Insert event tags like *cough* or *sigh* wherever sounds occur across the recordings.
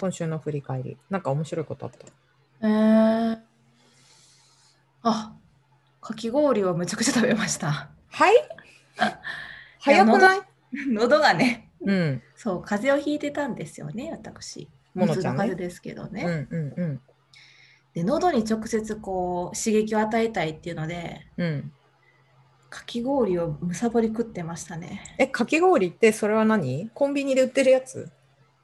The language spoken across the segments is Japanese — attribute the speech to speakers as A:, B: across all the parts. A: 今週の振り返り、なんか面白いことあった。
B: えー、あかき氷をめちゃくちゃ食べました。
A: *laughs*
B: *laughs*
A: はい早くない
B: 喉がね、
A: うん。
B: そう、風邪をひいてたんですよね、私。
A: ものちゃん
B: 水の風
A: ね
B: 邪。ですけどね、
A: うんうんうん。
B: で。喉に直接こう刺激を与えたいっていうので、
A: うん、
B: かき氷をむさぼり食ってましたね。
A: え、かき氷ってそれは何コンビニで売ってるやつ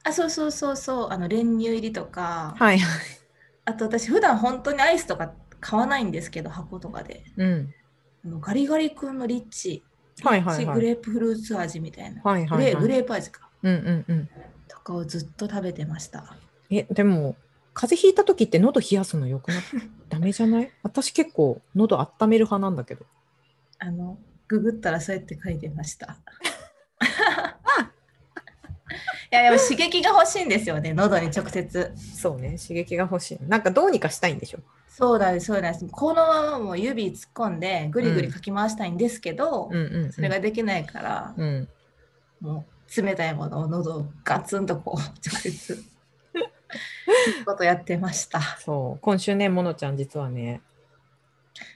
B: あ、そうそうそうそう、あの練乳入りとか、
A: はい。
B: あと私、普段本当にアイスとか買わないんですけど、箱とかで。
A: うん。
B: あのガリガリ君のリッチ、
A: はいはいはい
B: グレープフルーツ味みたいな。
A: はい
B: グ
A: はい、
B: レ
A: はい。
B: ーグレープ味か。
A: うんうんうん。
B: とかをずっと食べてました。
A: え、でも、風邪ひいた時って喉冷やすのよく
B: *laughs*
A: ないダメじゃない私結構喉温める派なんだけど。
B: あの、ググったらそうやって書いてました。 *laughs* いや、でも刺激が欲しいんですよね、喉に直接。
A: そうね、刺激が欲しい。なんかどうにかしたいんでしょ
B: そうなんです、そうなんです。このままもう指突っ込んで、ぐりぐりかき回したいんですけど、
A: うんうん、うん。
B: それができないから、
A: うん。
B: もう冷たいものを喉をガツンとこう、直接。そういうことやってました。
A: そう。今週ね、ものちゃん実はね、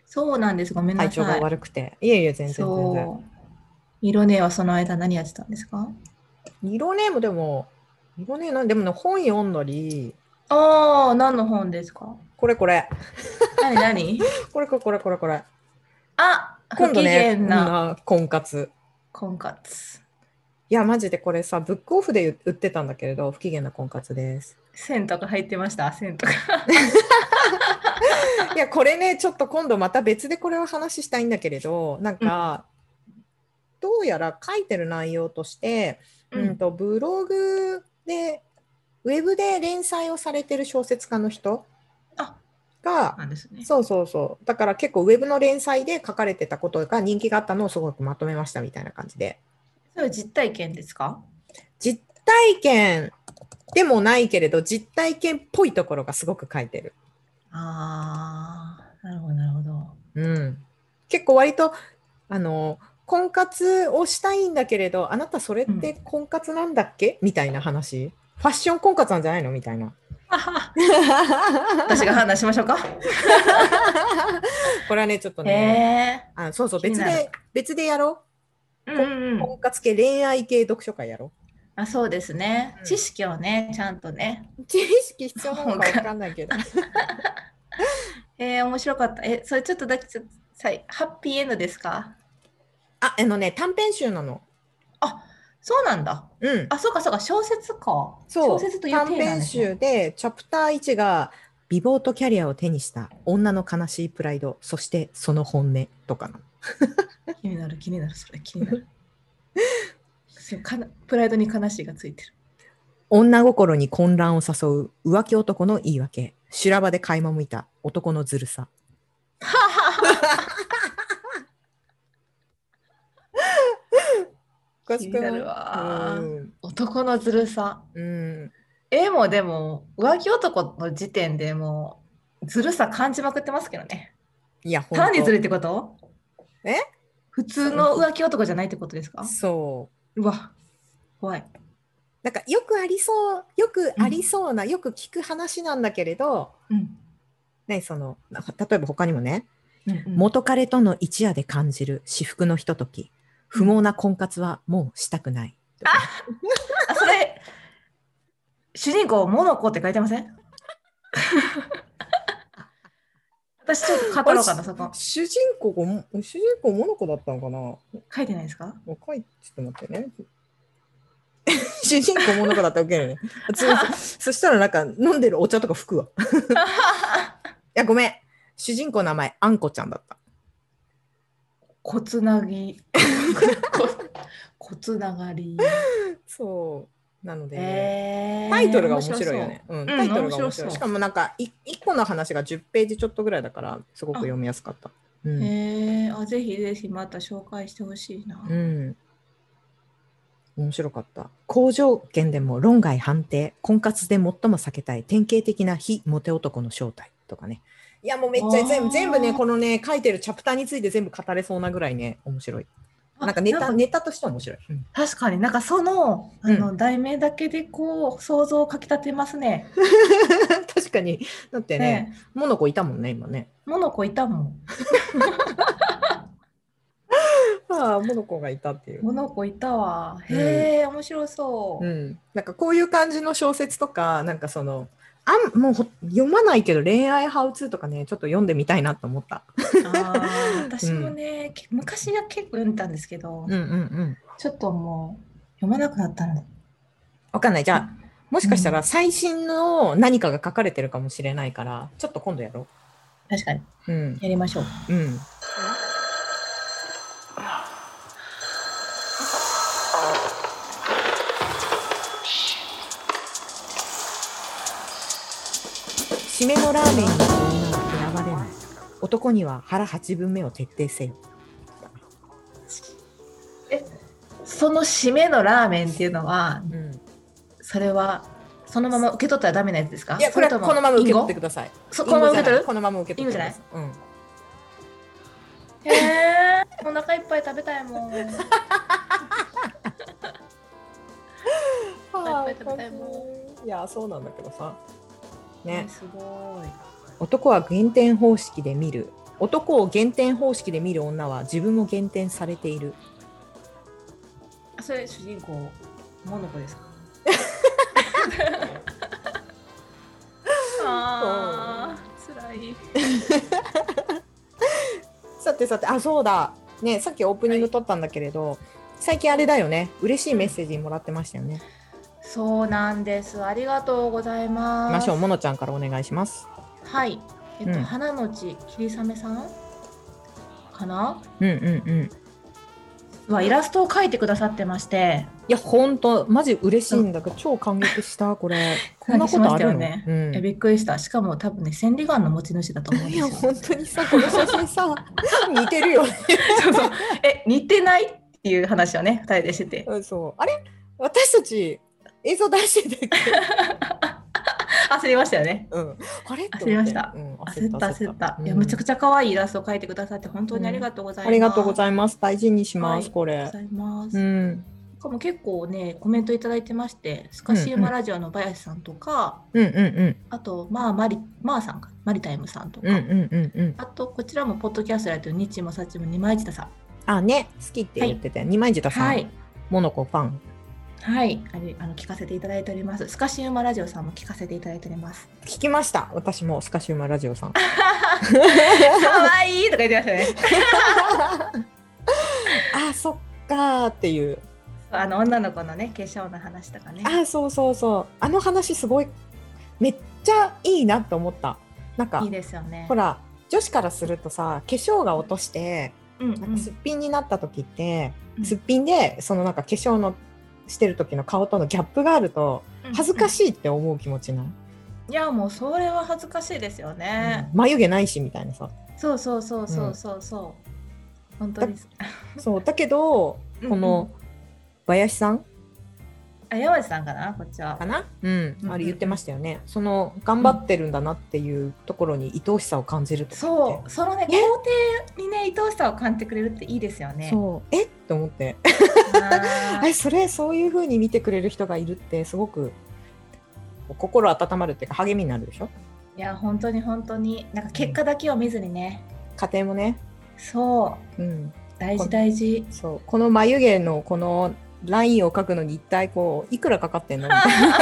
B: そうなんです、ごめんな
A: 体
B: さい。
A: 調が悪くて。いえいえ、全然全然。
B: そう。色ねはその間何やってたんですか
A: 色ねもでも、色ねなんでもね、本読んだり、
B: ああ、何の本ですか
A: これこれ、
B: 何何
A: これこれこれこれこれ。
B: あ
A: *laughs* 今
B: 不
A: 度
B: 機
A: ね、
B: 嫌
A: うん
B: な
A: あ婚活。
B: 婚活。
A: いや、マジでこれさ、ブックオフで売ってたんだけれど、不機嫌な婚活です。
B: 線とか入ってました線とか。
A: いや、これね、ちょっと今度また別でこれを話したいんだけれど、なんか、どうやら書いてる内容として、うんとブログで、ウェブで連載をされてる小説家の人
B: あ
A: が、
B: なんですね。
A: そうそうそう、だから結構ウェブの連載で書かれてたことが人気があったのをすごくまとめましたみたいな感じで。
B: それは実体験ですか
A: 実体験でもないけれど、実体験っぽいところがすごく書いてる。
B: ああ、なるほど、なるほど。
A: うん、結構割とあの婚活をしたいんだけれどあなたそれって婚活なんだっけ、みたいな話ファッション婚活なんじゃないのみたい
B: *laughs*
A: な
B: *laughs* 私が判断しまし
A: *laughs*
B: ょうか。
A: これはねちょっと
B: へ
A: ね、
B: え。
A: あそうそう
B: 気に
A: 別
B: なる
A: で別でやろ
B: うんうんう。
A: うん婚活系恋愛系読書会やろ
B: あ、そうですね
A: う。ん
B: 知識をね、ちゃんとね。
A: う知識必要なのか分かんないけど
B: えー、面白かった。え、それちょっとだけちょっとさいハッピーエンドですか
A: ああのね短編集なの
B: そうなんだ。
A: うん
B: あ、そうかそうか、小説か。
A: そう
B: 小説という
A: 短
B: テーマなん
A: 編
B: ですね
A: 集でチャプター1が美貌とキャリアを手にした女の悲しいプライドそしてその本音とかなの
B: 気になる、気になる、それ気になる。 *laughs* そうかなプライドに悲しいがついてる。
A: 女心に混乱を誘う浮気男の言い訳修羅場で垣間向いた男のずる
B: *laughs*
A: さおか
B: 気になるわ
A: う。
B: 男のずるさ。
A: ん、
B: えもうでも浮気男の時点でもうずるさ感じまくってますけどね。
A: いやほん
B: 単にずるいってこと
A: え
B: 普通の浮気男じゃないってことですか
A: そう
B: うわ、怖い。
A: なんかよくありそうよくありそうな、よく聞く話なんだけれど
B: うん。
A: ねそのなんか例えば他にもね
B: うんうん
A: 元彼との一夜で感じる至福のひととき不毛な婚活はもうしたくないとか
B: あそれ主人公モノコって書いてませ *laughs* ん私ちょっと語ろうかなそこ
A: 主人公が主人公モノコだったのかな
B: 書いてないですか
A: もうかい、ちょっと待ってね。 *laughs* 主人公ものかだったわけよね。そ *laughs* そしたらなんか飲んでるお茶とか吹く *laughs* わ。いや、ごめん。主人公の名前、あんこちゃんだった。
B: コツな
A: *laughs*
B: ぎコツながり、
A: そう。なので、
B: えー
A: タイトルが面白いよね。うん、
B: 面
A: タ
B: 白そう
A: イトルが面白
B: 面白
A: い。
B: そう
A: しかもなんかい、1個の話が10ページちょっとぐらいだから、すごく読みやすかった。う。
B: 面白そうんえーあぜひぜひまた紹介してほしいな、
A: うん面白かった工場圏でも論外判定婚活で最も避けたい典型的な非モテ男の正体とかねいやもうめっち
B: あ
A: ゃ
B: ー
A: 全部全部ねこのね書いてるチャプターについて全部語れそうなぐらいね面白いなんかネ
B: なん
A: タ
B: か
A: ネタとしては面白い。うん *laughs*
B: 確かになんかそのあの、
A: う
B: 題名だけでこう想像をかきたてますね。
A: 確かに。だってね、
B: ね
A: モノコいたもんね、今ね。
B: モノコいたもん。
A: ああ、モノコがいたっていう。
B: モノコいたわ。へえ、面白そう。
A: うん、なんかこういう感じの小説とか、なんかその、あんもうほ読まないけど恋愛ハウツーとかね、ちょっと読んでみたいなと思った。
B: あー私もね、け昔は結構読んでたんですけど、
A: うんうんうん。
B: ちょっともう読まなくなったの。
A: わかんない。じゃあ、もしかしたら最新の何かが書かれてるかもしれないから、ちょっと今度やろ
B: 確かに
A: う。うん。
B: やりましょう。
A: うん。締めのラーメンに女は選ばれない。男には腹八分目を徹底せよ。
B: その締めのラーメンっていうのは、
A: うん、い
B: それはそのまま受け取ったらダメなやつですか？
A: や、これはこのまま受け取ってください。
B: そこのまま受け取る？
A: このまま受け取ってください。うん。
B: へえ、お腹いっぱい食べたいもん。
A: あ
B: いっぱい食べたいも
A: ーいや、そうなんだけどさ。ね。
B: すごい。
A: 男は減点方式で見る男を減点方式で見る女は自分も減点されている
B: あそれ主人公モノコで
A: *laughs*
B: すか？ああ、辛い。
A: さてさてあそうだねさっきオープニング撮ったんだけれど、最近あれだよね嬉しいメッセージもらってましたよね、
B: そうなんです。ありがとうございます。
A: ましょうものちゃんからお願いします
B: はい。えっと、
A: うん
B: 花のち霧雨さんかな
A: うんうんうんい
B: はイラストを描いてくださってまして、
A: やほんとマジ嬉しいんだけど超感激したこ *laughs* れこんなことあるの、
B: 感激しまし
A: う
B: いや
A: ん
B: びっくりした。しかも多分ね、千里眼の持ち主だと思うん
A: い
B: で
A: や
B: すよ。
A: 本当にさこの写真さ似てるよね
B: そうそうえ、似てないっていう話をね、二人でしてて。
A: うんそうあれ私たち映像出してたっけ
B: 焦りましたよね。
A: うん、あれって思って
B: 焦りました
A: うん、
B: 焦った焦った。いや、
A: うん
B: むちゃくちゃ可愛いイラストを描いてくださって、本当にありがとうございます。
A: ありがとうご
B: あ
A: ざいます。大事にします、
B: はい
A: こ
B: りが
A: れ
B: と。うございます。
A: う
B: し
A: ん、
B: かも結構ね、コメントいただいてまして、スカシウマラジオの林さんとか、
A: うん、うん、うん、
B: あと、まあ、マリ、まあさんか、マリタイムさんとか、
A: うん、うん、うん、うん。
B: あと、こちらもポッドキャストやってる日もさちも二枚舌さん。
A: あ、ね、好きって言ってて、二枚舌さん、
B: はい。
A: モノコファン。
B: はい。あれあの聞かせていただいております。スカシウマラジオさんも聞かせていただいております。
A: 聞きました。私もスカシウマラジオさん。
B: 可愛いとか言ってましたね。
A: あ、そっかーっていう。
B: あの女の子のね、化粧の話とかね。
A: あ、そうそうそう。あの話すごい。めっちゃいいなと思った。なんか
B: いい、ですよね。
A: ほら、女子からするとさ、化粧が落として、
B: うんう
A: なんかすっ
B: ん、
A: ぴんになった時って、
B: うん
A: すっぴんで、そのなんか化粧の。してる時の顔とのギャップがあると恥ずか
B: い。
A: しいって思う気持ちない、
B: いや、もうそれは恥ずかしいですよね。
A: 眉毛ないしみたいなさ
B: そうそうそうそうそうそう。本当に。
A: そうだけど
B: うん
A: この林さん
B: あ、山地さんかな、こっちは
A: か。な、うん
B: うん
A: あれ言ってましたよねその頑張ってるんだなっていうところに愛おしさを感じるとかって
B: そう、そのね、
A: ね
B: 皇帝にね、愛おしさを感じてくれるっていいですよね。
A: そうえっと思ってあ *laughs*
B: あー
A: れそれそういう風に見てくれる人がいるってすごく心温まるっていうか励みになるでしょ
B: いや本当に本当になんか結果だけを見ずにね
A: 家庭もね、
B: そう
A: うん、
B: 大
A: こ
B: 事大事
A: そうこの眉毛のこのラインを描くのに一体こういくらかかってんのみたいな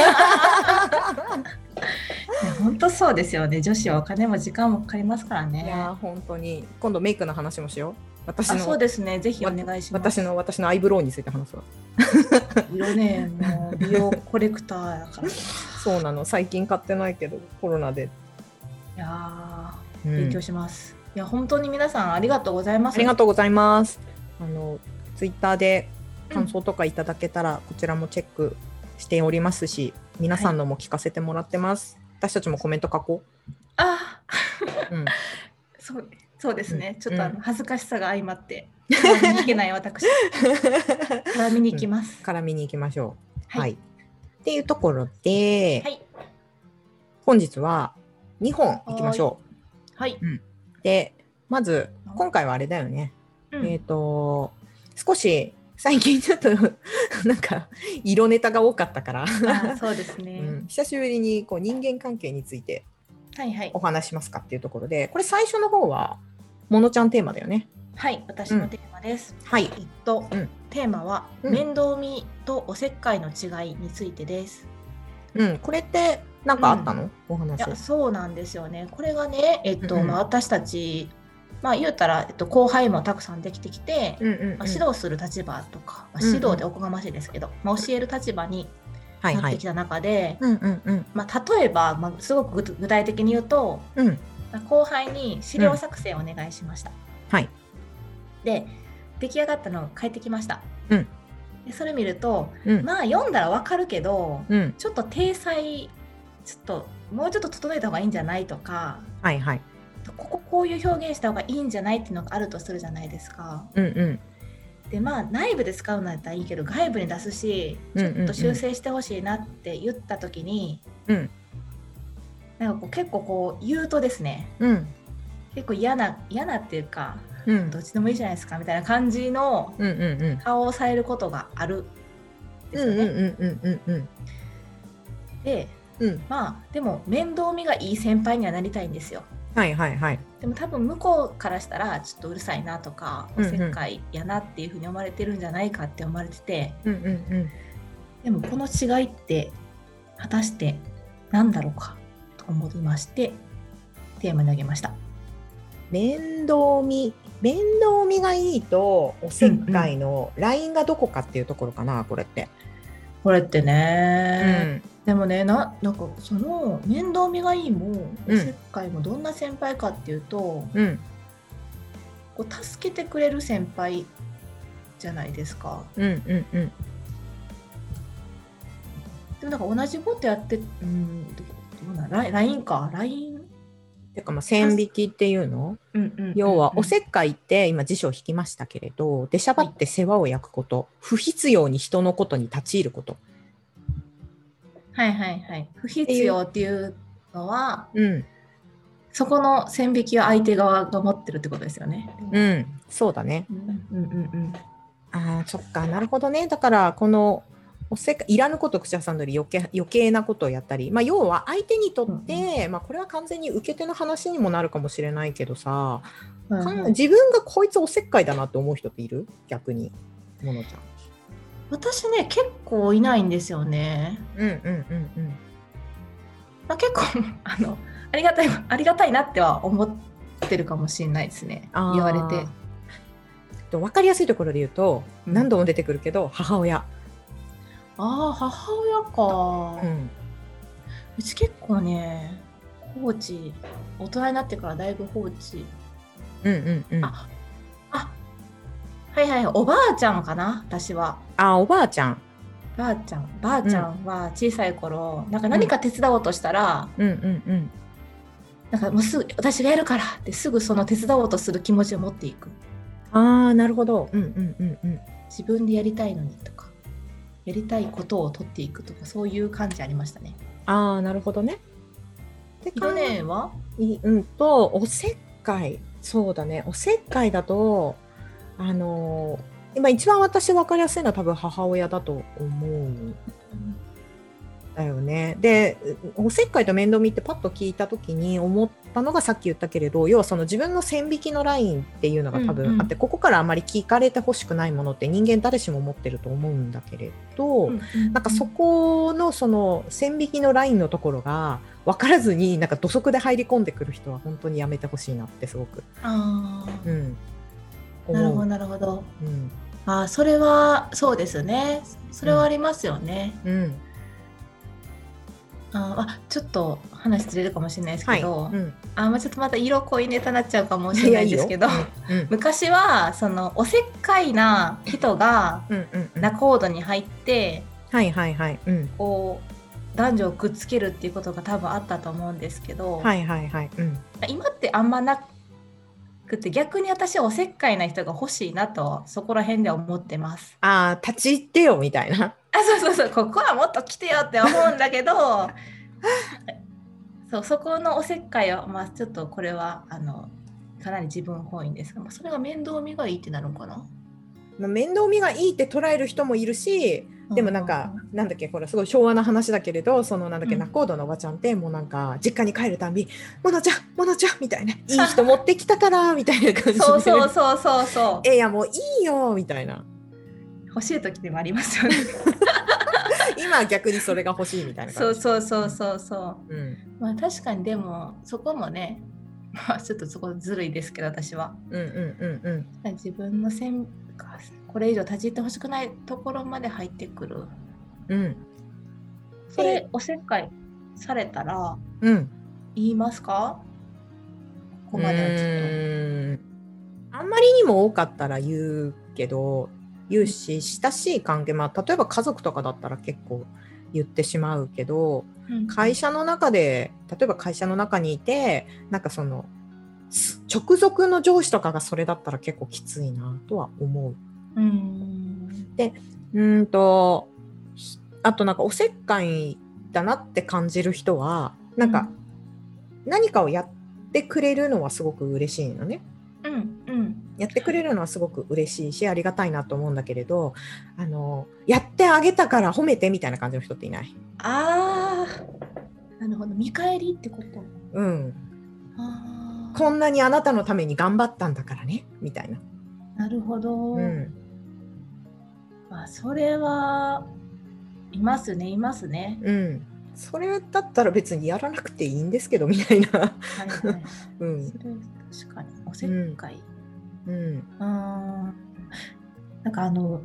B: いや本当そうですよね女子はお金も時間もかかりますか
A: *laughs*
B: ら
A: い
B: ね
A: やー本当に今度メイクの話もしよう私
B: あ
A: の
B: そうですねぜひお願いします
A: 私の私のアイブロウについて話すわ
B: 色ねもう美容コレクターだ
A: *laughs*
B: からい
A: そうなの最近買ってないけどコロナで、
B: や
A: う
B: ー
A: ん
B: 勉強します、いや本当に皆さんありがとうございます
A: ありが
B: と
A: とうございますあのツイッターで感想とかいただけたら、こちらもチェックしておりますし皆さんのも聞かせてもらってます、私たちもコメント書こ
B: あ
A: う、 *laughs* うん、
B: そうそうですね、ちょっとあの
A: うん
B: 恥ずかしさが相まって絡みに行けない
A: *laughs*
B: 私絡みに行きます、
A: 絡みに行きましょうはい、
B: はい
A: っていうところで、
B: はい
A: 本日は2本行きましょ
B: はい、
A: うでまず今回はあれだよね、
B: うん
A: えっ、と少し最近ちょっと *laughs* なんか色ネタが多かった *laughs* から、
B: あそうです
A: う
B: ね、
A: ん、久しぶりにこう人間関係について
B: はいはい
A: お話しますかっていうところでこれ最初の方はモノちゃんテーマだよね。
B: はい私のテーマです、
A: はい
B: えっと、
A: うん
B: テーマは、
A: うん
B: 面倒見とおせっかいの違いについてです
A: うん、これって何かあったの、お
B: い
A: 話
B: やそうなんですよねこれがねえっと、
A: うんうん
B: まあ、私たちまあ言うたら、えっと、後輩もたくさんできてきて、
A: うんうんうん
B: まあ、指導する立場とか、まあ、
A: うんうん
B: 指導でおこがましいですけど、まあ、教える立場に
A: はい
B: な
A: は
B: って
A: い
B: きた中で、
A: うんうんうん
B: まあ、例えば、まあ、すごく具具体的に言うと
A: うん
B: まあ後輩に資料作成をお願いしました、
A: はい
B: で出来上がったのを返ってきました、
A: うん
B: でそれ見ると
A: うん
B: まあ読んだらわかるけど
A: うん
B: ちょっと体裁ちょっともうちょっと整えた方がいいんじゃないとか
A: はいはい
B: こここういう表現した方がいいんじゃないっていうのがあるとするじゃないですか。
A: うんうん
B: でまあ内部で使うのだったらいいけど外部に出すし
A: うん
B: ち
A: う
B: ょ
A: んうん
B: っと修正してほしいなって言った時に、
A: うん
B: なんかこう結構こう言うとですね
A: うん
B: 結構嫌な嫌なっていうか
A: うん
B: どっちでもいいじゃないですかみたいな感じの
A: うんうんうん
B: 顔をされることがあるんです
A: うん
B: よ
A: うん
B: ね。
A: うんうんうん
B: で
A: うん
B: まあでも面倒見がいい先輩にはなりたいんですよ。
A: はいはいはい
B: でも多分向こうからしたらちょっとうるさいなとか
A: う
B: お
A: んうん
B: せっかいやなっていうふうに思われてるんじゃないかって思われてて、
A: うんうんうん
B: でもこの違いって果たして何だろうかと思いましてテーマにあげました。
A: 面倒見面倒見がいいとおせっかいのラインがどこかっていうところかなこれって。
B: これって
A: う
B: ね、でもねななんかその面倒見がいいもおせっかいもどんな先輩かっていうと、
A: うん
B: こう助けてくれる先輩じゃないですか。
A: うんうんうん
B: でもなんか同じことやってうんどどうなんライン LINE か LINE
A: てかまあ線引きっていうの要はおせっかいって今辞書を引きましたけれど出しゃばって世話を焼くこと不必要に人のことに立ち入ること、
B: はいはいはい不必要っていうのは
A: うん
B: そこの線引きは相手側が持ってるってことですよね。
A: うん、そうだね
B: うんうんうん
A: あーそっかなるほどねだからこのおせっかいらぬこと口挟んだり余計余計なことをやったり、まあ、要は相手にとって、まあ、これは完全に受け手の話にもなるかもしれないけどさ、
B: うん
A: かん
B: うん
A: 自分がこいつおせっかいだなって思う人っている逆にものちゃん。
B: 私ね結構いないんですよね。
A: うんうんうんうん
B: まあ、結構 *laughs* あのありがたいありがたいなっては思ってるかもしれないですね
A: あー
B: 言われて。
A: と分かりやすいところで言うと
B: うん
A: 何度も出てくるけど母親、
B: ああ母親か、うち結構ね放置大人になってからだいぶ放置
A: うんうんうんあ
B: ああはいはいおばあちゃんかな私は
A: あおばあちゃん
B: ばあちゃんばあちゃんは小さい頃、なんか何か手伝おうとしたら、
A: うんうんうん
B: なんかもうすぐ私がやるからってすぐその手伝おうとする気持ちを持っていく
A: ああなるほどうんうんうんうん
B: 自分でやりたいのにとかやりたいことを取っていくとかそういう感じありましたね。
A: ああなるほどね。て
B: 去年は、
A: いうんとおせっかいそうだねおせっかいだとあのー今一番私分かりやすいのは多分母親だと思うんだよね。でおせっかいと面倒見ってパッと聞いた時に思ったのがさっき言ったけれど要はその自分の線引きのラインっていうのが多分あって、
B: うんうん
A: ここからあまり聞かれてほしくないものって人間誰しも持ってると思うんだけれど。なんかそこのその線引きのラインのところが分からずになんか土足で入り込んでくる人は本当にやめてほしいなってすごく、
B: あー
A: うん、思
B: な
A: う
B: るほどなるほど。
A: うん
B: あーそれはそうですね。それはありますよね。
A: うん
B: あーあちょっと話ずれるかもしれないです
A: は
B: け
A: い、
B: ど、
A: うん、
B: あーまあちょっとまた色濃いネタになっちゃうかもしれないですけど。
A: うん
B: 昔はそのおせっかいな人が
A: うんうんうん
B: 仲人に入って
A: はいはいはい、うん、
B: こう男女をくっつけるっていうことが多分あったと思うんですけど、
A: はいはいはい、うん、
B: 今ってあんまなくて逆に私はおせっかいな人が欲しいなとそこら辺では思ってます。
A: ああ立ち入ってよみたいな、
B: あそうそうそうここはもっと来てよって思うんだけど *laughs* そうそこのおせっかいは、まあ、ちょっとこれはあのかなり自分本位ですが、まあ、それが面倒見がいいってなるのかな
A: まあ面倒見がいいって捉える人もいるしでもなんか、なんだっけこれすごい昭和な話だけれどそのなんだっけ、
B: うん
A: 仲人のおばちゃんってもうなんか実家に帰るたんび「モノちゃんモノちゃん」みたいな「いい人持ってきたから」みたいな感じで
B: そうそうそうそうそう
A: えいやもういいよ」みたいな
B: 欲しい時でもありますよね
A: 今は逆にそれが欲しいみたいな
B: *laughs* そ
A: 感
B: う
A: じ、
B: そうそうそうそう
A: ん
B: うまあ確かにでもそこもねまあちょっとそこずるいですけど私は
A: うんうんうん
B: 自分の線かこれ以上立ち入ってほしくないところまで入ってくる
A: うんうん
B: それおせっかいされたら
A: うん
B: 言いますかここまではちょっ
A: うーんあんまりにも多かったら言うけど言うし親しい関係まあ例えば家族とかだったら結構言ってしまうけど
B: とうん
A: 会社の中で例えば会社の中にいてなんかそのす直属の上司とかがそれだったら結構きついなとは思う。
B: うん
A: うーんとひあとなんかおせっかいだなって感じる人はなんか何かをやってくれるのはすごく嬉しいのね。
B: うんうん
A: やってくれるのはすごく嬉しいしありがたいなと思うんだけれどあのやってあげたから褒めてみたいな感じの人っていない。
B: あーなるほど見返りってこと
A: うん、
B: あ
A: こ
B: あ
A: んなにあなたのために頑張ったんだからねみたいな。
B: なるほど、
A: うん
B: まあそれはいますねいますね
A: うん、それだったら別にやらなくていいんですけどみたいな。 *laughs*
B: はいはい、
A: うん
B: それ確かにおせっかい、
A: うん
B: うーんなんかあの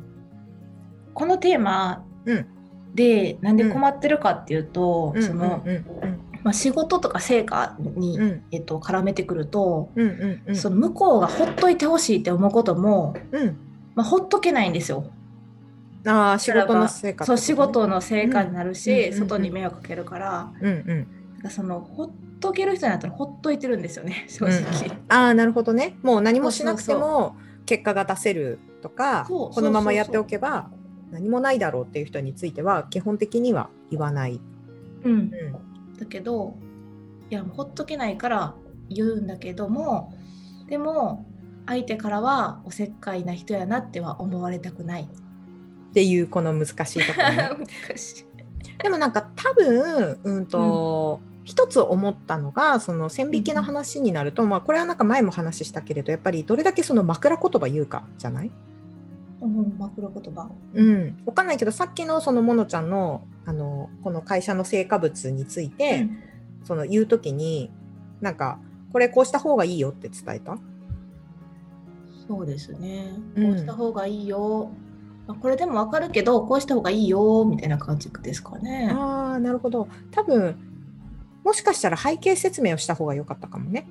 B: このテーマ
A: うん
B: でなんで困ってるかっていうと、
A: うん
B: その
A: うん
B: まあ、仕事とか成果に、
A: うんうん
B: えっと、絡めてくると、
A: うんうんうん
B: その向こうがほっといてほしいって思うことも、
A: うん
B: まあ、ほっとけないんですよ。
A: あー仕事の成
B: だから
A: 果
B: そう仕事の成果になる
A: うんうん
B: し、
A: うんうん
B: 外に迷惑かけるから
A: うんうん
B: なんかそのほっとける人になったらほっといてるんですよね *laughs* 正直。
A: ああなるほどねもう何もしなくて
B: そうそ
A: も結果が出せるとか
B: そう
A: このままやっておけば何もないだろうっていう人については基本的には言わない。
B: うん
A: う、ん
B: だけどいやもうほっとけないから言うんだけどもでも相手からはおせっかいな人やなっては思われたくない。
A: っていうこの難しいところ、
B: *laughs*
A: ね、
B: しい。
A: でもなんか多分うんと、一つ思ったのがその線引きの話になると、まあ、これはなんか前も話したけれどやっぱりどれだけその枕言葉言うかじゃない、
B: うん、枕言葉。
A: うん、わかんないけどさっきのそのモノちゃんのあのこの会社の成果物について、その言う時になんかこれこうした方がいいよって伝えた
B: そうですね。
A: うん
B: こうした方がいいよ。あこれでもわかるけどこうした方がいいよみたいな感じですかね。
A: ああなるほど多分もしかしたら背景説明をした方が良かったかもね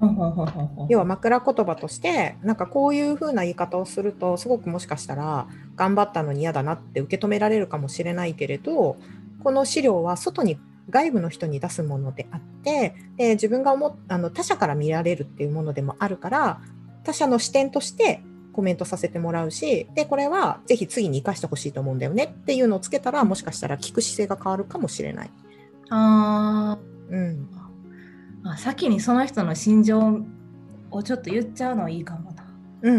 B: ほんほんほんほんほん
A: 要は枕言葉としてなんかこういう風な言い方をするとすごくもしかしたら頑張ったのに嫌だなって受け止められるかもしれないけれどこの資料は外に外部の人に出すものであってで自分が思っあの他者から見られるっていうものでもあるから他者の視点としてコメントさせてもらうしでこれはぜひ次に生かしてほしいと思うんだよねっていうのをつけたらもしかしたら聞く姿勢が変わるかもしれない。
B: あ
A: うん、
B: ーあ先にその人の心情をちょっと言っちゃうのはいいかもな。
A: うん、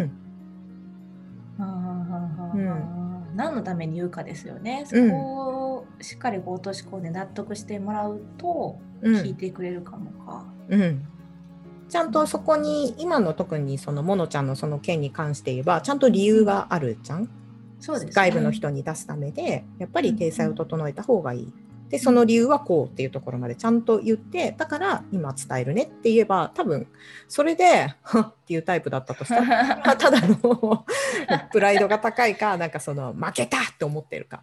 B: うん何のために言うかですよね。そこをしっかりこう落とし込んで納得してもらうと
A: う
B: 聞い
A: ん、
B: てくれるかもか。
A: うん。ちゃんとそこに今の特にそのモノちゃんのその件に関して言えばちゃんと理由があるじゃん。
B: そうですね
A: 外部の
B: *laughs*
A: 人に出すためでやっぱり体裁を整えた方がいい。でその理由はこうっていうところまでちゃんと言ってだから今伝えるねって言えば多分それで「はっ」っていうタイプだったと
B: *laughs*
A: したらただの *laughs* プライドが高いかなんかその負けたって思ってるか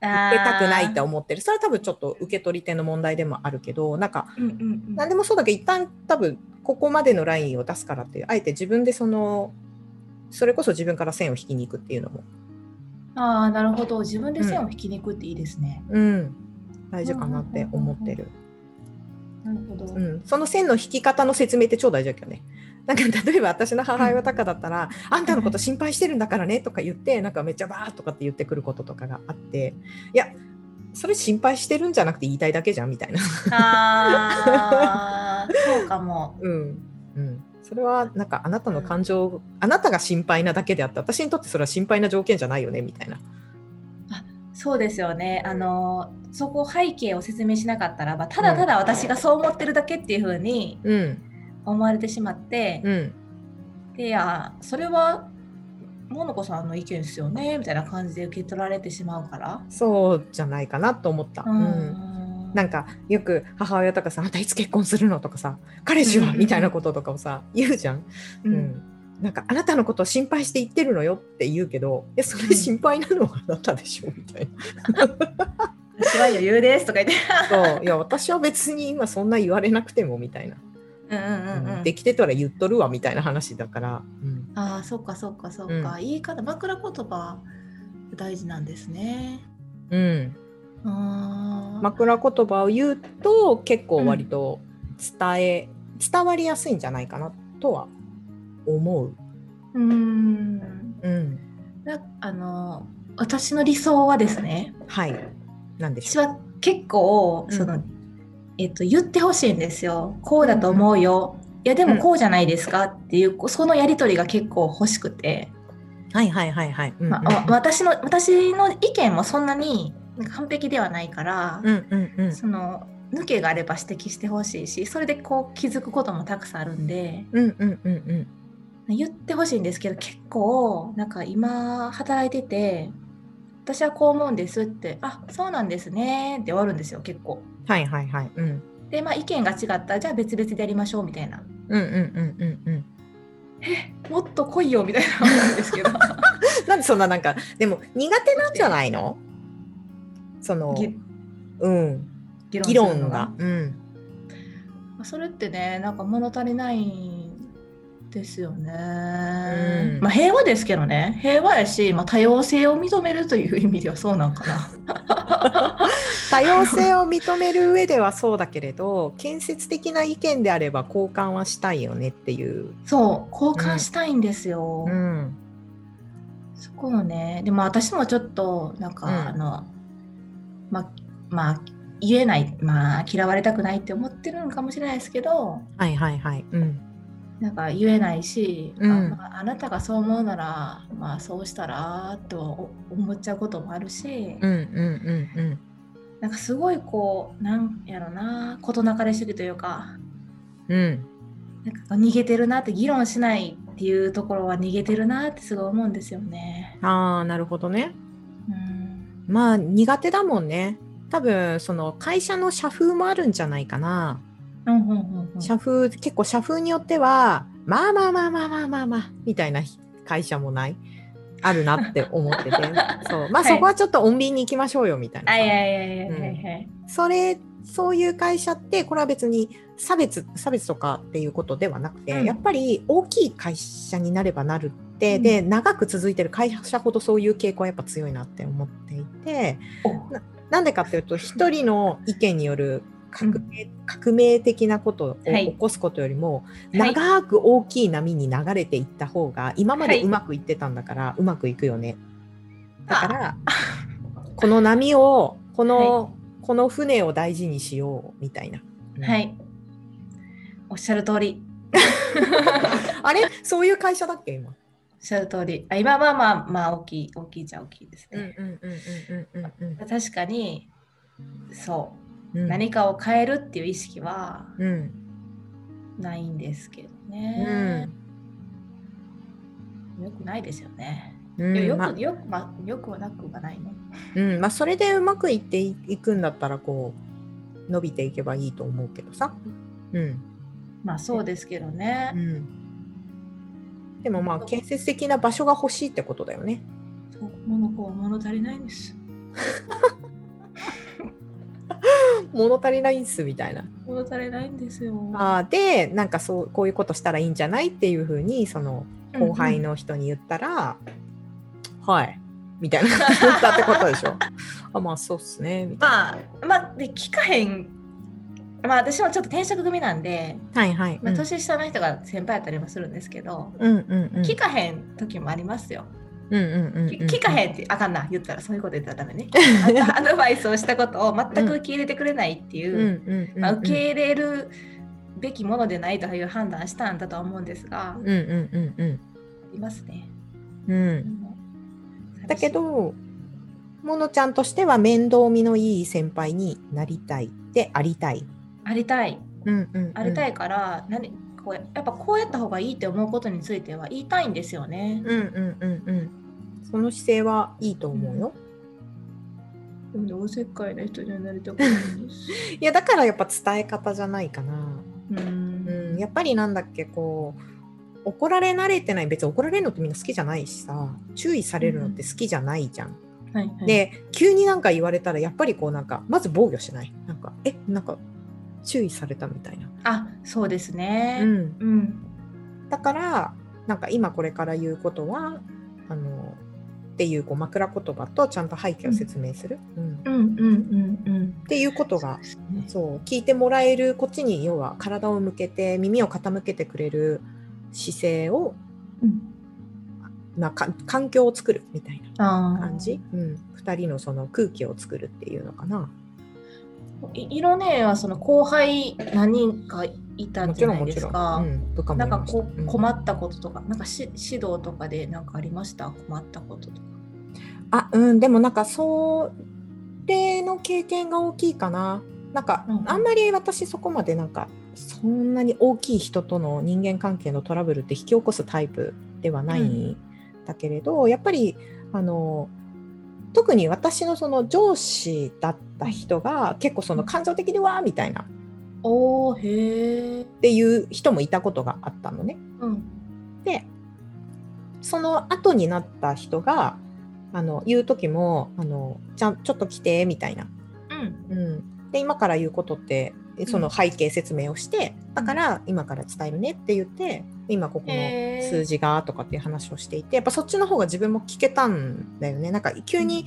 B: あー
A: 受けたくないって思ってるそれは多分ちょっと受け取り手の問題でもあるけどなんか
B: うんうんうん
A: 何でもそうだけど一旦多分ここまでのラインを出すからっていうあえて自分でそのそれこそ自分から線を引きに行くっていうのも、
B: ああ、なるほど。自分で線を引きに行くっていいですね。
A: うん、大事かなって思ってる、
B: なるほど。
A: うん、その線の引き方の説明って超大事だけどねなんか例えば私の母親とかだったら「あんたのこと心配してるんだからね」とか言ってなんかめっちゃバーッとかって言ってくることとかがあっていやそれ心配してるんじゃなくて言いたいだけじゃんみたいな、
B: ああ、そうかも。
A: うんうん、そそれはなんかあなたの感情、あなたが心配なだけであって私にとってそれは心配な条件じゃないよねみたいな。
B: そうですよね。あのそこ背景を説明しなかったらば、ただただ私がそう思ってるだけっていう風に
A: うん
B: 思われてしまって、
A: うん
B: で、いやそれはモノコさんの意見ですよねみたいな感じで受け取られてしまうから。
A: そうじゃないかなと思った。うん
B: ん
A: なんかよく母親とかさ「あんたいつ結婚するの?」とかさ「彼氏は?」
B: うん
A: みたいなこととかをさ言うじゃん。
B: う、
A: うんん、なんかあなたのことを心配して言ってるのよって言うけど「いやそれ心配なのはあなたでしょ」みたい *laughs* な。
B: 私は余裕ですとか言って。
A: そういや私は別に今そんな言われなくてもみたいな。
B: うんうんうんうん。
A: できてたら言っとるわみたいな話だから。うん
B: ああ、そっかそっかそっか。
A: う
B: 言い方枕言葉大事なんですね。
A: うん、
B: ああ。
A: 枕言葉を言うと結構割と伝え、伝わりやすいんじゃないかなとは思う。
B: うーん。
A: うん、
B: なあの私の理想はですね。
A: はいなんでし
B: 私
A: ょう。
B: は結構
A: うん
B: その、えっと、言ってほしいんですよこうだと思うよ、いやでもこうじゃないですかっていう、そのやり取りが結構欲しくて、
A: はいはいはいはい。うん
B: まあ、私の私の意見もそんなに完璧ではないから、
A: うんうんうん
B: その抜けがあれば指摘してほしいしそれでこう気づくこともたくさんあるんで
A: うんうんうんうん
B: 言ってほしいんですけど結構なんか今働いてて私はこう思うんですってあそうなんですねって終わるんですよ結構。
A: はいはいはい。うん
B: で、まあ、意見が違ったらじゃあ別々でやりましょうみたいな
A: うんうんうんうんうん。
B: もっと来いよみたいな思うんで
A: *laughs*
B: すけど
A: なんでそんななんかでも苦手なんじゃないの？その
B: ぎ
A: うん議
B: 議論する
A: 論
B: の
A: が
B: が。
A: うん
B: それってねなんか物足りないんですよね、
A: ん
B: まあ平和ですけどね平和やし、まあ、多様性を認めるという意味ではそうなんか
A: *laughs*
B: な
A: 多様性を認める上ではそうだけれど、建設的な意見であれば交換はしたいよねっていう。
B: そう交換したいんですよ、
A: うん
B: そこのねでも私もちょっとなんか、
A: うん
B: あのままあ言えない、まあ、嫌われたくないって思ってるのかもしれないですけど
A: はいはいはい。うん
B: なんか言えないし、
A: うん
B: あまああなたがそう思うなら、まあ、そうしたらとはお思っちゃうこともあるし、
A: うんうんうんうん。
B: なんかすごいこうなんやろな事なかれ主義というか
A: うん、
B: なんかこう逃げてるなって議論しないっていうところは逃げてるなってすごい思うんですよね。
A: ああなるほどね。
B: うん
A: まあ苦手だもんね。多分その会社の社風もあるんじゃないかな。
B: うんうんうんうん
A: 社風結構社風によってはまあまあまあまあまあまあまあみたいな会社もないあるなって思 *laughs* っててそうまあ
B: はい
A: そこはちょっと穏便に行きましょうよみたいな、
B: あいやいやいやいやいやい
A: それそういう会社ってこれは別に差別差別とかっていうことではなくて、
B: うん
A: やっぱり大きい会社になればなるって、
B: うん
A: で長く続いてる会社ほどそういう傾向はやっぱ強いなって思っていて
B: お
A: なんでかっていうと一人の意見による革命,、革命的なことを
B: は
A: 起
B: い
A: こすことよりも、
B: はい
A: 長く大きい波に流れていった方が今までうまくいってたんだから、うまくいくよねだから *laughs* この波をこの、この船を大事にしようみたいな、
B: は、いおっしゃる通り
A: *laughs* あれそういう会社だっけ今
B: おっしゃる通りあ今はまあまあまあ大きい大きいじゃ大きいですね。
A: んうんうんうんうん
B: 確かにそうう、
A: ん
B: 何かを変えるっていう意識は
A: うん
B: ないんですけど
A: う
B: ね、
A: ん
B: よくないですよね、
A: うん
B: いやよく、
A: まあ
B: よく、ま、よくはなくはないね
A: うんまあそれでうまくいっていいくんだったらこう伸びていけばいいと思うけどさうん
B: まあそうですけどね
A: う、んでもまあ建設的な場所が欲しいってことだよね
B: そう物子は物足りないんです
A: 物足りないんすみたいな
B: 物足りないんですよ
A: あーでなんかそうこういうことしたらいいんじゃないっていうふうにその後輩の人に言ったら「はい」みたいな感じだったってことでし
B: *laughs*
A: ょあまあそうっすねみたい
B: まあまあで聞かへんまあ私もちょっと転職組なんで、
A: なはいはい、
B: まあ、
A: うん
B: 年下の人が先輩やったりもするんですけど、
A: うんうんうん
B: 聞かへん時もありますよ、
A: うんうんうん
B: き
A: うん
B: 聞か
A: *laughs*
B: へんってあかんな言ったらそういうこと言ったらダメねあアドバイスをしたことを全く受け入れてくれないっていうう、
A: んうんうんうん
B: まあ、受け入れるべきものでないという判断したんだとは思うんですが、
A: うんうんうん
B: ありますね。
A: うんう
B: うんん
A: だけ、どものちゃんとしては面倒見のいい先輩になりたいでありたい、
B: ありたい、
A: うんうんうん
B: ありたいから、何こうやっぱこうやった方がいいって思うことについては言いたいんですよね。
A: うんうんうんうんその姿勢はいいと思うよ、
B: でもねおせっかいな人にはなりたくないんです。
A: いやだからやっぱ伝え方じゃないかな
B: うーん
A: *laughs* うん、やっぱりなんだっけこう怒られ慣れてない別に怒られるのってみんな好きじゃないしさ注意されるのって好きじゃないじゃん。
B: はいはい、
A: で急になんか言われたらやっぱりこうなんかまず防御しないなんかえなんか注意されたみたいな。
B: あそうです
A: う
B: ね。
A: ん、
B: うん、
A: だからなんか今これから言うことはあのっていうこう枕言葉とちゃんと背景を説明する、うんっ
B: うん、うん、うん、うん。
A: ていうことが
B: そうですね
A: そう聞いてもらえるこっちに要は体を向けて耳を傾けてくれる姿勢を
B: うん
A: まあ、か環境を作るみたい
B: あ
A: な
B: ー
A: 感じ、うん、2人のその空気を作るっていうのかない
B: 色ねはその後輩何人かいたん
A: も
B: じ
A: ち
B: ゃ
A: ろん
B: ない
A: も
B: で
A: ち
B: す
A: ろん、
B: か。
A: うん、部下も
B: ないんか
A: ました
B: こ
A: うん
B: 困ったこととか、なんかし指導とかでなんかありました困ったこととか。
A: あうんでもなんかそれの経験が大きいかななんか、
B: うん
A: あんまり私そこまでなんかそんなに大きい人との人間関係のトラブルって引き起こすタイプではないんだけれど、やっぱりあの特に私のその上司だった人が結構その感情的でわーみたいな
B: おおへえ。
A: っていう人もいたことがあったのね。
B: うん。
A: でその後になった人があの言う時もあのちゃんちょっと来てみたいな。
B: うん。
A: うん、で今から言うことってえその背景説明をして、だから今から伝えるねって言って今ここ
B: へ
A: の
B: ー
A: 数字がとかっていう話をしていてやっぱそっちの方が自分も聞けたんだよね。なんか急に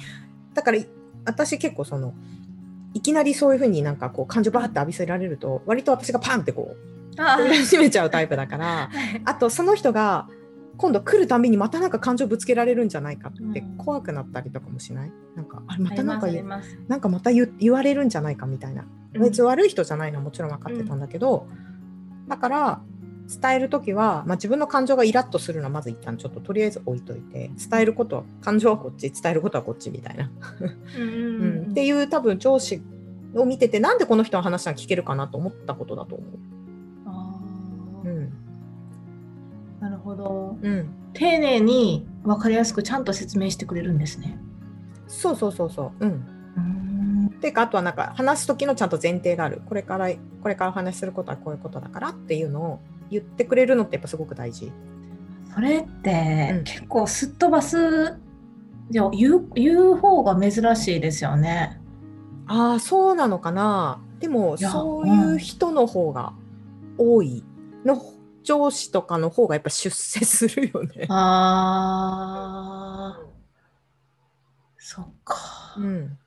A: だから私結構そのいきなりそういうふうになんかこう感情バーって浴びせられると割と私がパンってこう
B: あ
A: 取り
B: ー
A: 始めちゃうタイプだからあとその人が今度来るたびにまたなんか感情ぶつけられるんじゃないかって
B: うん
A: 怖くなったりとかもしないなんかあれ *laughs*
B: あ
A: ま
B: り
A: たなん
B: ます
A: か
B: あり
A: 言う
B: ます。
A: なんかまた言う言われるんじゃないかみたいな
B: うん
A: 別に悪い人じゃないのはもちろん分かってたんだけど、だから伝える時は、まあ、自分の感情がイラッとするのはまず一旦ちょっととりあえず置いといて伝えることは感情はこっち伝えることはこっちみたいな、
B: うんうん
A: う
B: うん
A: ん
B: うん
A: っていう多分上司を見ててなんでこの人の話は聞けるかなと思ったことだと思
B: あ
A: う。
B: ー
A: うん
B: なるほど。
A: うん
B: 丁寧に分かりやすくちゃんと説明してくれるんですね。
A: そうそうそうそう。うん。
B: うん。
A: てかあとはなんか話す時のちゃんと前提がある。これからこれからお話しすることはこういうことだからっていうのを言ってくれるのってやっぱすごく大事。
B: それって、
A: うん
B: 結構すっ飛ばすでも言う言う方が珍しいですよね。
A: ああそうなのかな。でも
B: いや
A: そういう人の方が多いの上司とかの方がやっぱ出世するよ *laughs* ね。
B: あーそっか。
A: うん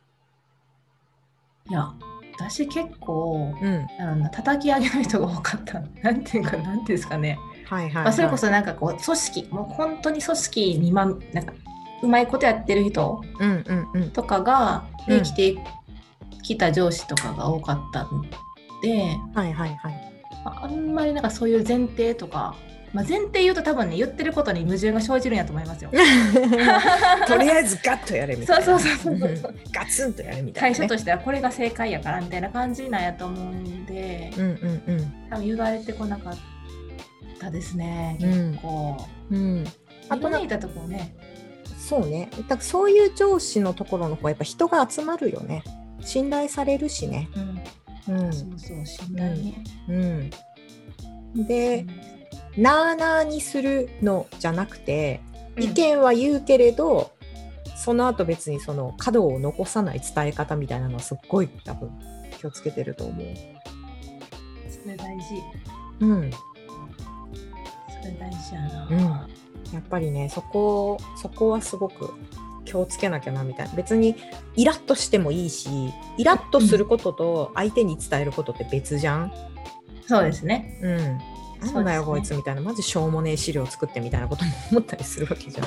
B: いや私結構
A: うん
B: なんだろうな叩き上げの人が多かった *laughs* なんていうかなんていうんですかね、
A: はいはい、
B: ま
A: は
B: あ、
A: い。
B: それこそなんかこう組織もう本当に組織にまなんかうまいことやってる人
A: うんうんうん
B: とかが
A: うん
B: できてきた上司とかが多かったんで、
A: はいはい *laughs* はい。
B: ああんまりなんかそういう前提とか、まあ、前提言うと多分ね言ってることに矛盾が生じるんやと思いますよ。
A: *laughs* とりあえずガッとやれみたい
B: そう
A: な。
B: そうそうそ
A: ん
B: う。
A: ガツンとやれみたい
B: 会
A: な、
B: 社
A: ね。
B: としてはこれが正解やからみたいな感じなんやと思うんで、
A: うんうん
B: 多分言われてこなかったですね。
A: うん
B: 結構。
A: うんうん。
B: あ
A: あ
B: と
A: と
B: な
A: なん
B: いたとこね。
A: そうね。だからそういう上司のところの方がやっぱ人が集まるよね。信頼されるしね。
B: うん。
A: うん
B: そうそう信頼ね。
A: うん、で、なあなあにするのじゃなくて、
B: うん
A: 意見は言うけれど、その後別にその角を残さない伝え方みたいなのはすっごい多分気をつけてると思う。
B: それ大事。
A: うん。
B: それ大事や
A: うん
B: な。
A: やっぱりねそこそこはすごく気をつけなきゃなみたいな別にイラッとしてもいいしイラッとすることと相手に伝えることって別じゃん。
B: そうですね。
A: うん
B: そうですね
A: なんだよ、こいつみたいなマジしょうもねえ資料作ってみたいなことも思ったりするわけじゃん。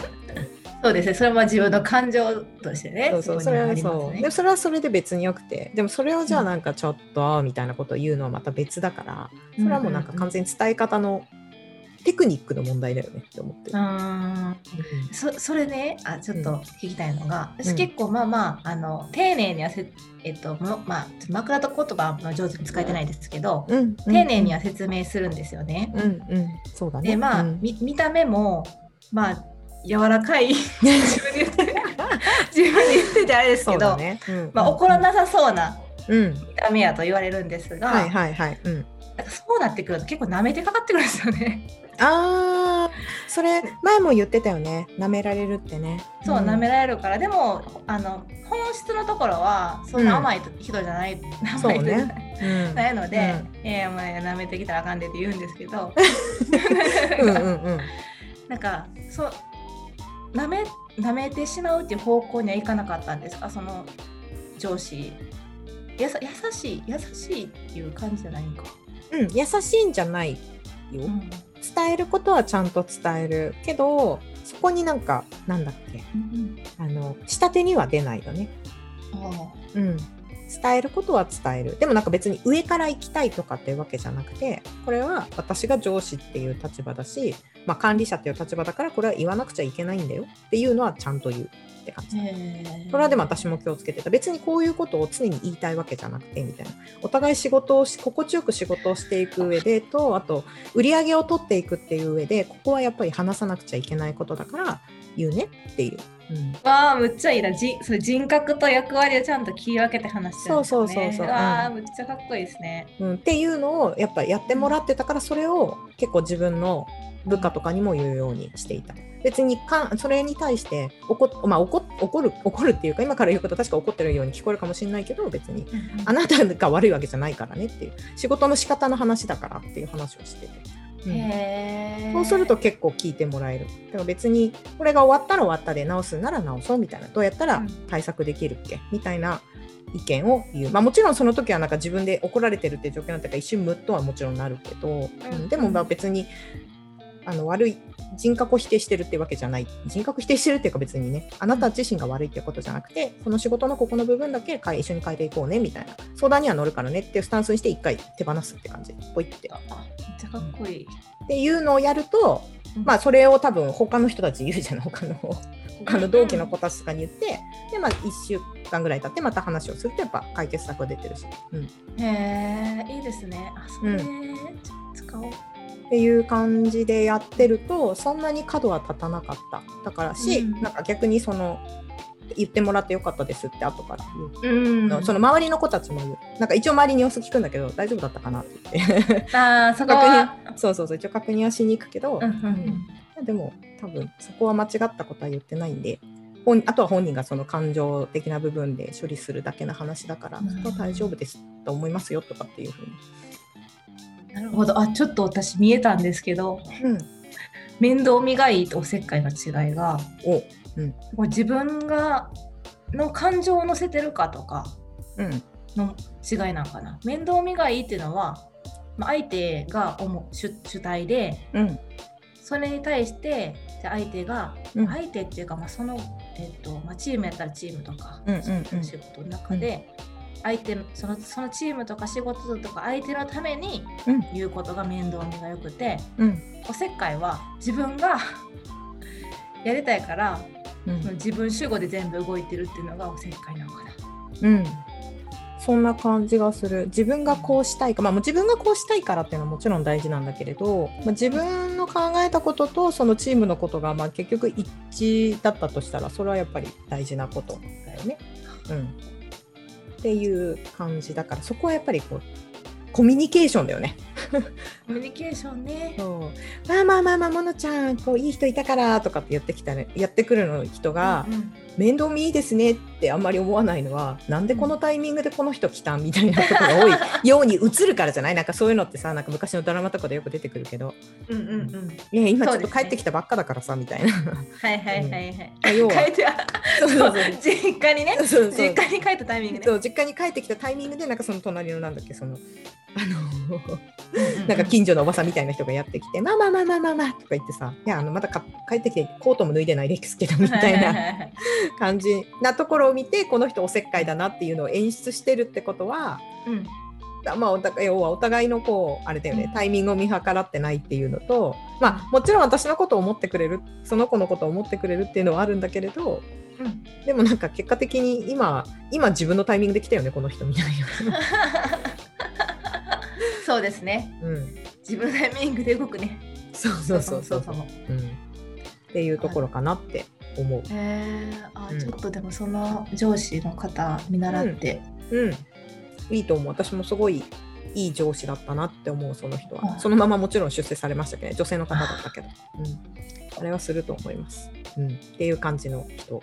B: そうですねそれは自分の感情としてね
A: そうそう
B: そ
A: そ
B: こに
A: れ
B: はあ
A: は
B: ります
A: そう
B: ね
A: でそれはそれで別によくてでもそれをじゃあなんかちょっとみたいなことを言うのはまた別だからそれはもうなんか完全に伝え方のテクニックの問題だよねって思ってる。
B: うんそそれねあちょっ
A: うん
B: と聞きたいのが、
A: う
B: 私
A: ん
B: 結構まあまああの丁寧にはせ、えっともまあ、ちょっと枕と言葉は上手に使えてないですけど、
A: うんうん
B: 丁寧には説明するんですよね。
A: うんうんそうだね。
B: でまあ、 *laughs*
A: うん
B: み見た目もまあ柔らかい
A: *laughs*
B: *laughs* 自分で言って自分で言っててあれです
A: そ
B: け
A: う
B: ど、
A: だね。うん
B: まあ、怒らなさそうな
A: うん
B: 見た目やと言われるんですが、
A: はいはいはい。うん、
B: なんかそうなってくると結構舐めてかかってくるんですよね。
A: ああそれ前も言ってたよね舐められるってね。
B: そう舐め
A: ら
B: られるからでもあの本質のところはそんな甘い人じゃない、
A: そう
B: 甘
A: ね
B: い人じゃない。
A: れる
B: ないので、えーお前舐めてきたらあかんでって言うんですけ
A: *laughs*
B: ど
A: うんうんうんうん
B: なんかそう舐め舐めてしまうっていう方向にはいかなかったんですかその上司やさ優しい優しいっていう感じじゃないんか、
A: うん、優しいんじゃないよ、伝えることはちゃんと伝えるけどそこになんかなんだっけあの下手には出ないよね、
B: あ
A: うん、伝えることは伝えるでもなんか別に上から行きたいとかっていうわけじゃなくてこれは私が上司っていう立場だし、まあ、管理者っていう立場だからこれは言わなくちゃいけないんだよっていうのはちゃんと言うって感じ
B: ーへー
A: それはでも私も気をつけてた別にこういうことを常に言いたいわけじゃなくてみたいなお互い仕事をし心地よく仕事をしていく上でとあと売り上げを取っていくっていう上でここはやっぱり話さなくちゃいけないことだから言うねっていう、うん、
B: わあむっちゃいいなじそれ人格と役割をちゃんと切り分けて話してるんです
A: そ
B: よね
A: うそうそうそう
B: わあ
A: うん
B: むっちゃかっこいいですね
A: うん、っていうのをやっぱやってもらってたからそれを結構自分の部下とかにも言うようにしていた別にかんそれに対して怒,、まあ、怒怒る怒るっていうか今から言うこと確か怒ってるように聞こえるかもしれないけど別に *laughs* あなたが悪いわけじゃないからねっていう仕事の仕方の話だからっていう話をしてて、うん
B: へえ
A: そうすると結構聞いてもらえるだから別にこれが終わったら終わったで直すなら直そうみたいなどうやったら対策できるっけみたいな意見を言う、まあ、もちろんその時はなんか自分で怒られてるっていう状況になったから一瞬ムッとはもちろんなるけど、うんでもまあ別にあの悪い人格を否定してるってわけじゃない人格否定してるっていうか別にねあなた自身が悪いってことじゃなくてこの仕事のここの部分だけ変え一緒に変えていこうねみたいな相談には乗るからねっていうスタンスにして一回手放すって感じポイって
B: あめっちゃかっこいい、
A: っていうのをやると、
B: うん
A: まあそれを多分他の人たち言うじゃない *laughs* 他の他の同期の子たちとかに言ってでまあ1週間ぐらい経ってまた話をするとやっぱ解決策が出てるし、うん、っ
B: へえいいですね。あそれ、
A: うん
B: ちょっと使おう。
A: ていう感じでやってるとそんなに角は立たなかっただからし、
B: うん
A: なんか逆にその言ってもらってよかったですって後から言う
B: うん
A: の、その周りの子たちも言うなんか一応周りに様子聞くんだけど大丈夫だったかなって
B: *laughs*
A: *laughs* 言って
B: あーそこ
A: 確
B: は。
A: 認そうそうそう一応確認はしに行くけど、
B: うんうん
A: まあでも多分そこは間違ったことは言ってないんで本あとは本人がその感情的な部分で処理するだけの話だから、
B: うん
A: そこは大丈夫ですと思いますよとかっていうふうに、
B: うんなるほど。あちょっと私見えたんですけど
A: うん、
B: 面倒見がいいとおせっかいの違いが
A: お
B: こう自分がの感情を乗せてるかとか
A: うん
B: の違いなんかな。面倒見がいいっていうのは、まあ、相手が思う主主体で
A: うん
B: それに対してじゃあ相手が、
A: うん
B: 相手っていうか、まあ、その、えっとまあ、チームやったらチームとか、
A: うんうんうん
B: その仕事の中で、相手のそのそのチームとか仕事とか相手のために
A: うん
B: 言うことが面倒見がよくて、
A: うん
B: おせっかいは自分が *laughs* やりたいか
A: う
B: ら、
A: ん
B: 自分主語で全部動いてるっていうのがおせっかいなのかな。
A: うんそんな感じがする自分がこうしたいか、まあ、もう自分がこうしたいからっていうのはもちろん大事なんだけれど、まあ、自分の考えたこととそのチームのことがまあ結局一致だったとしたらそれはやっぱり大事なことだよね。うん、っていう感じだからそこはやっぱりこうコミュニケーションだよね。
B: コミュニケーションね。
A: そうまあまあまあまあものちゃんこういい人いたからとかって言ってきたねやってくるの人が、
B: うんうん
A: 面倒見いいですねってってあんまり思わないのはなんでこのタイミングでこの人来たみたいなことが多い
B: *laughs*
A: ように映るからじゃないなんかそういうのってさなんか昔のドラマとかでよく出てくるけど
B: うんうんうん。
A: いや今ちょっ
B: そ
A: と
B: うですね
A: 帰ってきたばっかだからさみたいな。
B: はいはいはいはい。
A: 要は
B: 帰ってあ
A: そう
B: *laughs*
A: そうそう
B: 実家にね。
A: そうそう
B: 実家に帰ったタイミングね
A: そう実家に帰ってきたタイミングでなんかその隣のなんだっけそのあの *laughs*
B: うう
A: なんか近所のおばさんみたいな人がやってきて「まあまあまあまあまあまあ」とか言ってさ「いやあのまだか帰ってきてコートも脱いでないです
B: *laughs*
A: けど」みたい
B: は
A: な
B: ははは
A: 感じなところを見てこの人おせっかいだなっていうのを演出してるってことは。
B: うん *laughs*
A: だまあ、お互い要はお互いのこうあれだよねタイミングを見計らってないっていうのと、まあ、もちろん私のことを思ってくれるその子のことを思ってくれるっていうのはあるんだけれど
B: うん。
A: でもなんか結果的に今今自分のタイミングで来たよねこの人みたい *laughs* な。
B: そうですね。
A: うん
B: 自分のタイミングで動くね。
A: そうそうそうそうそう。
B: も
A: うん、っていうところかなって思う。
B: へえあ、
A: うん
B: ちょっとでもその上司の方見習って、
A: うん、いいと思う。私もすごいいい上司だったなって思う、その人
B: う
A: は。
B: ん
A: そのままもちろん出世されましたけど、ね、女性の方だったけど。うん、あれはすると思います。うん、っていう感じの人。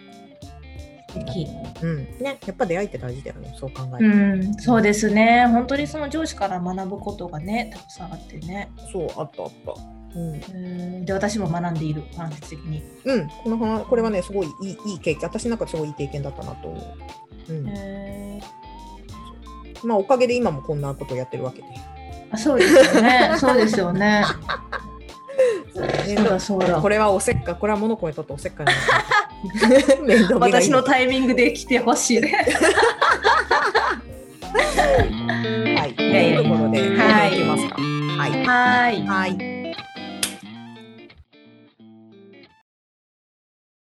B: 素敵
A: うん、ね、やっぱ出会いって大事だよね、そう考え
B: う
A: ると。
B: んそうですね本当にその上司から学ぶことがねたくさんあってね
A: そう、あったあった。うん、
B: うんで私も学んでいる間接的に、
A: うん、この話これはね、すごいいいいい経験、私なんかすごいいい経験だったなと思う。うん、
B: へえ
A: まあ、おかげで今もこんなことをやってるわけで。
B: あそうです
A: *laughs*
B: よねそうですよね
A: ね
B: そうだそうだ
A: これはおせっかいこれはモノコにとっておせっかいなんだ
B: *laughs*
A: 面倒見がいい
B: 私のタイミングで来てほしいね
A: はい、と
B: やいや
A: いうところで、
B: *laughs* はい
A: いきますか。はい。
B: はい
A: はい。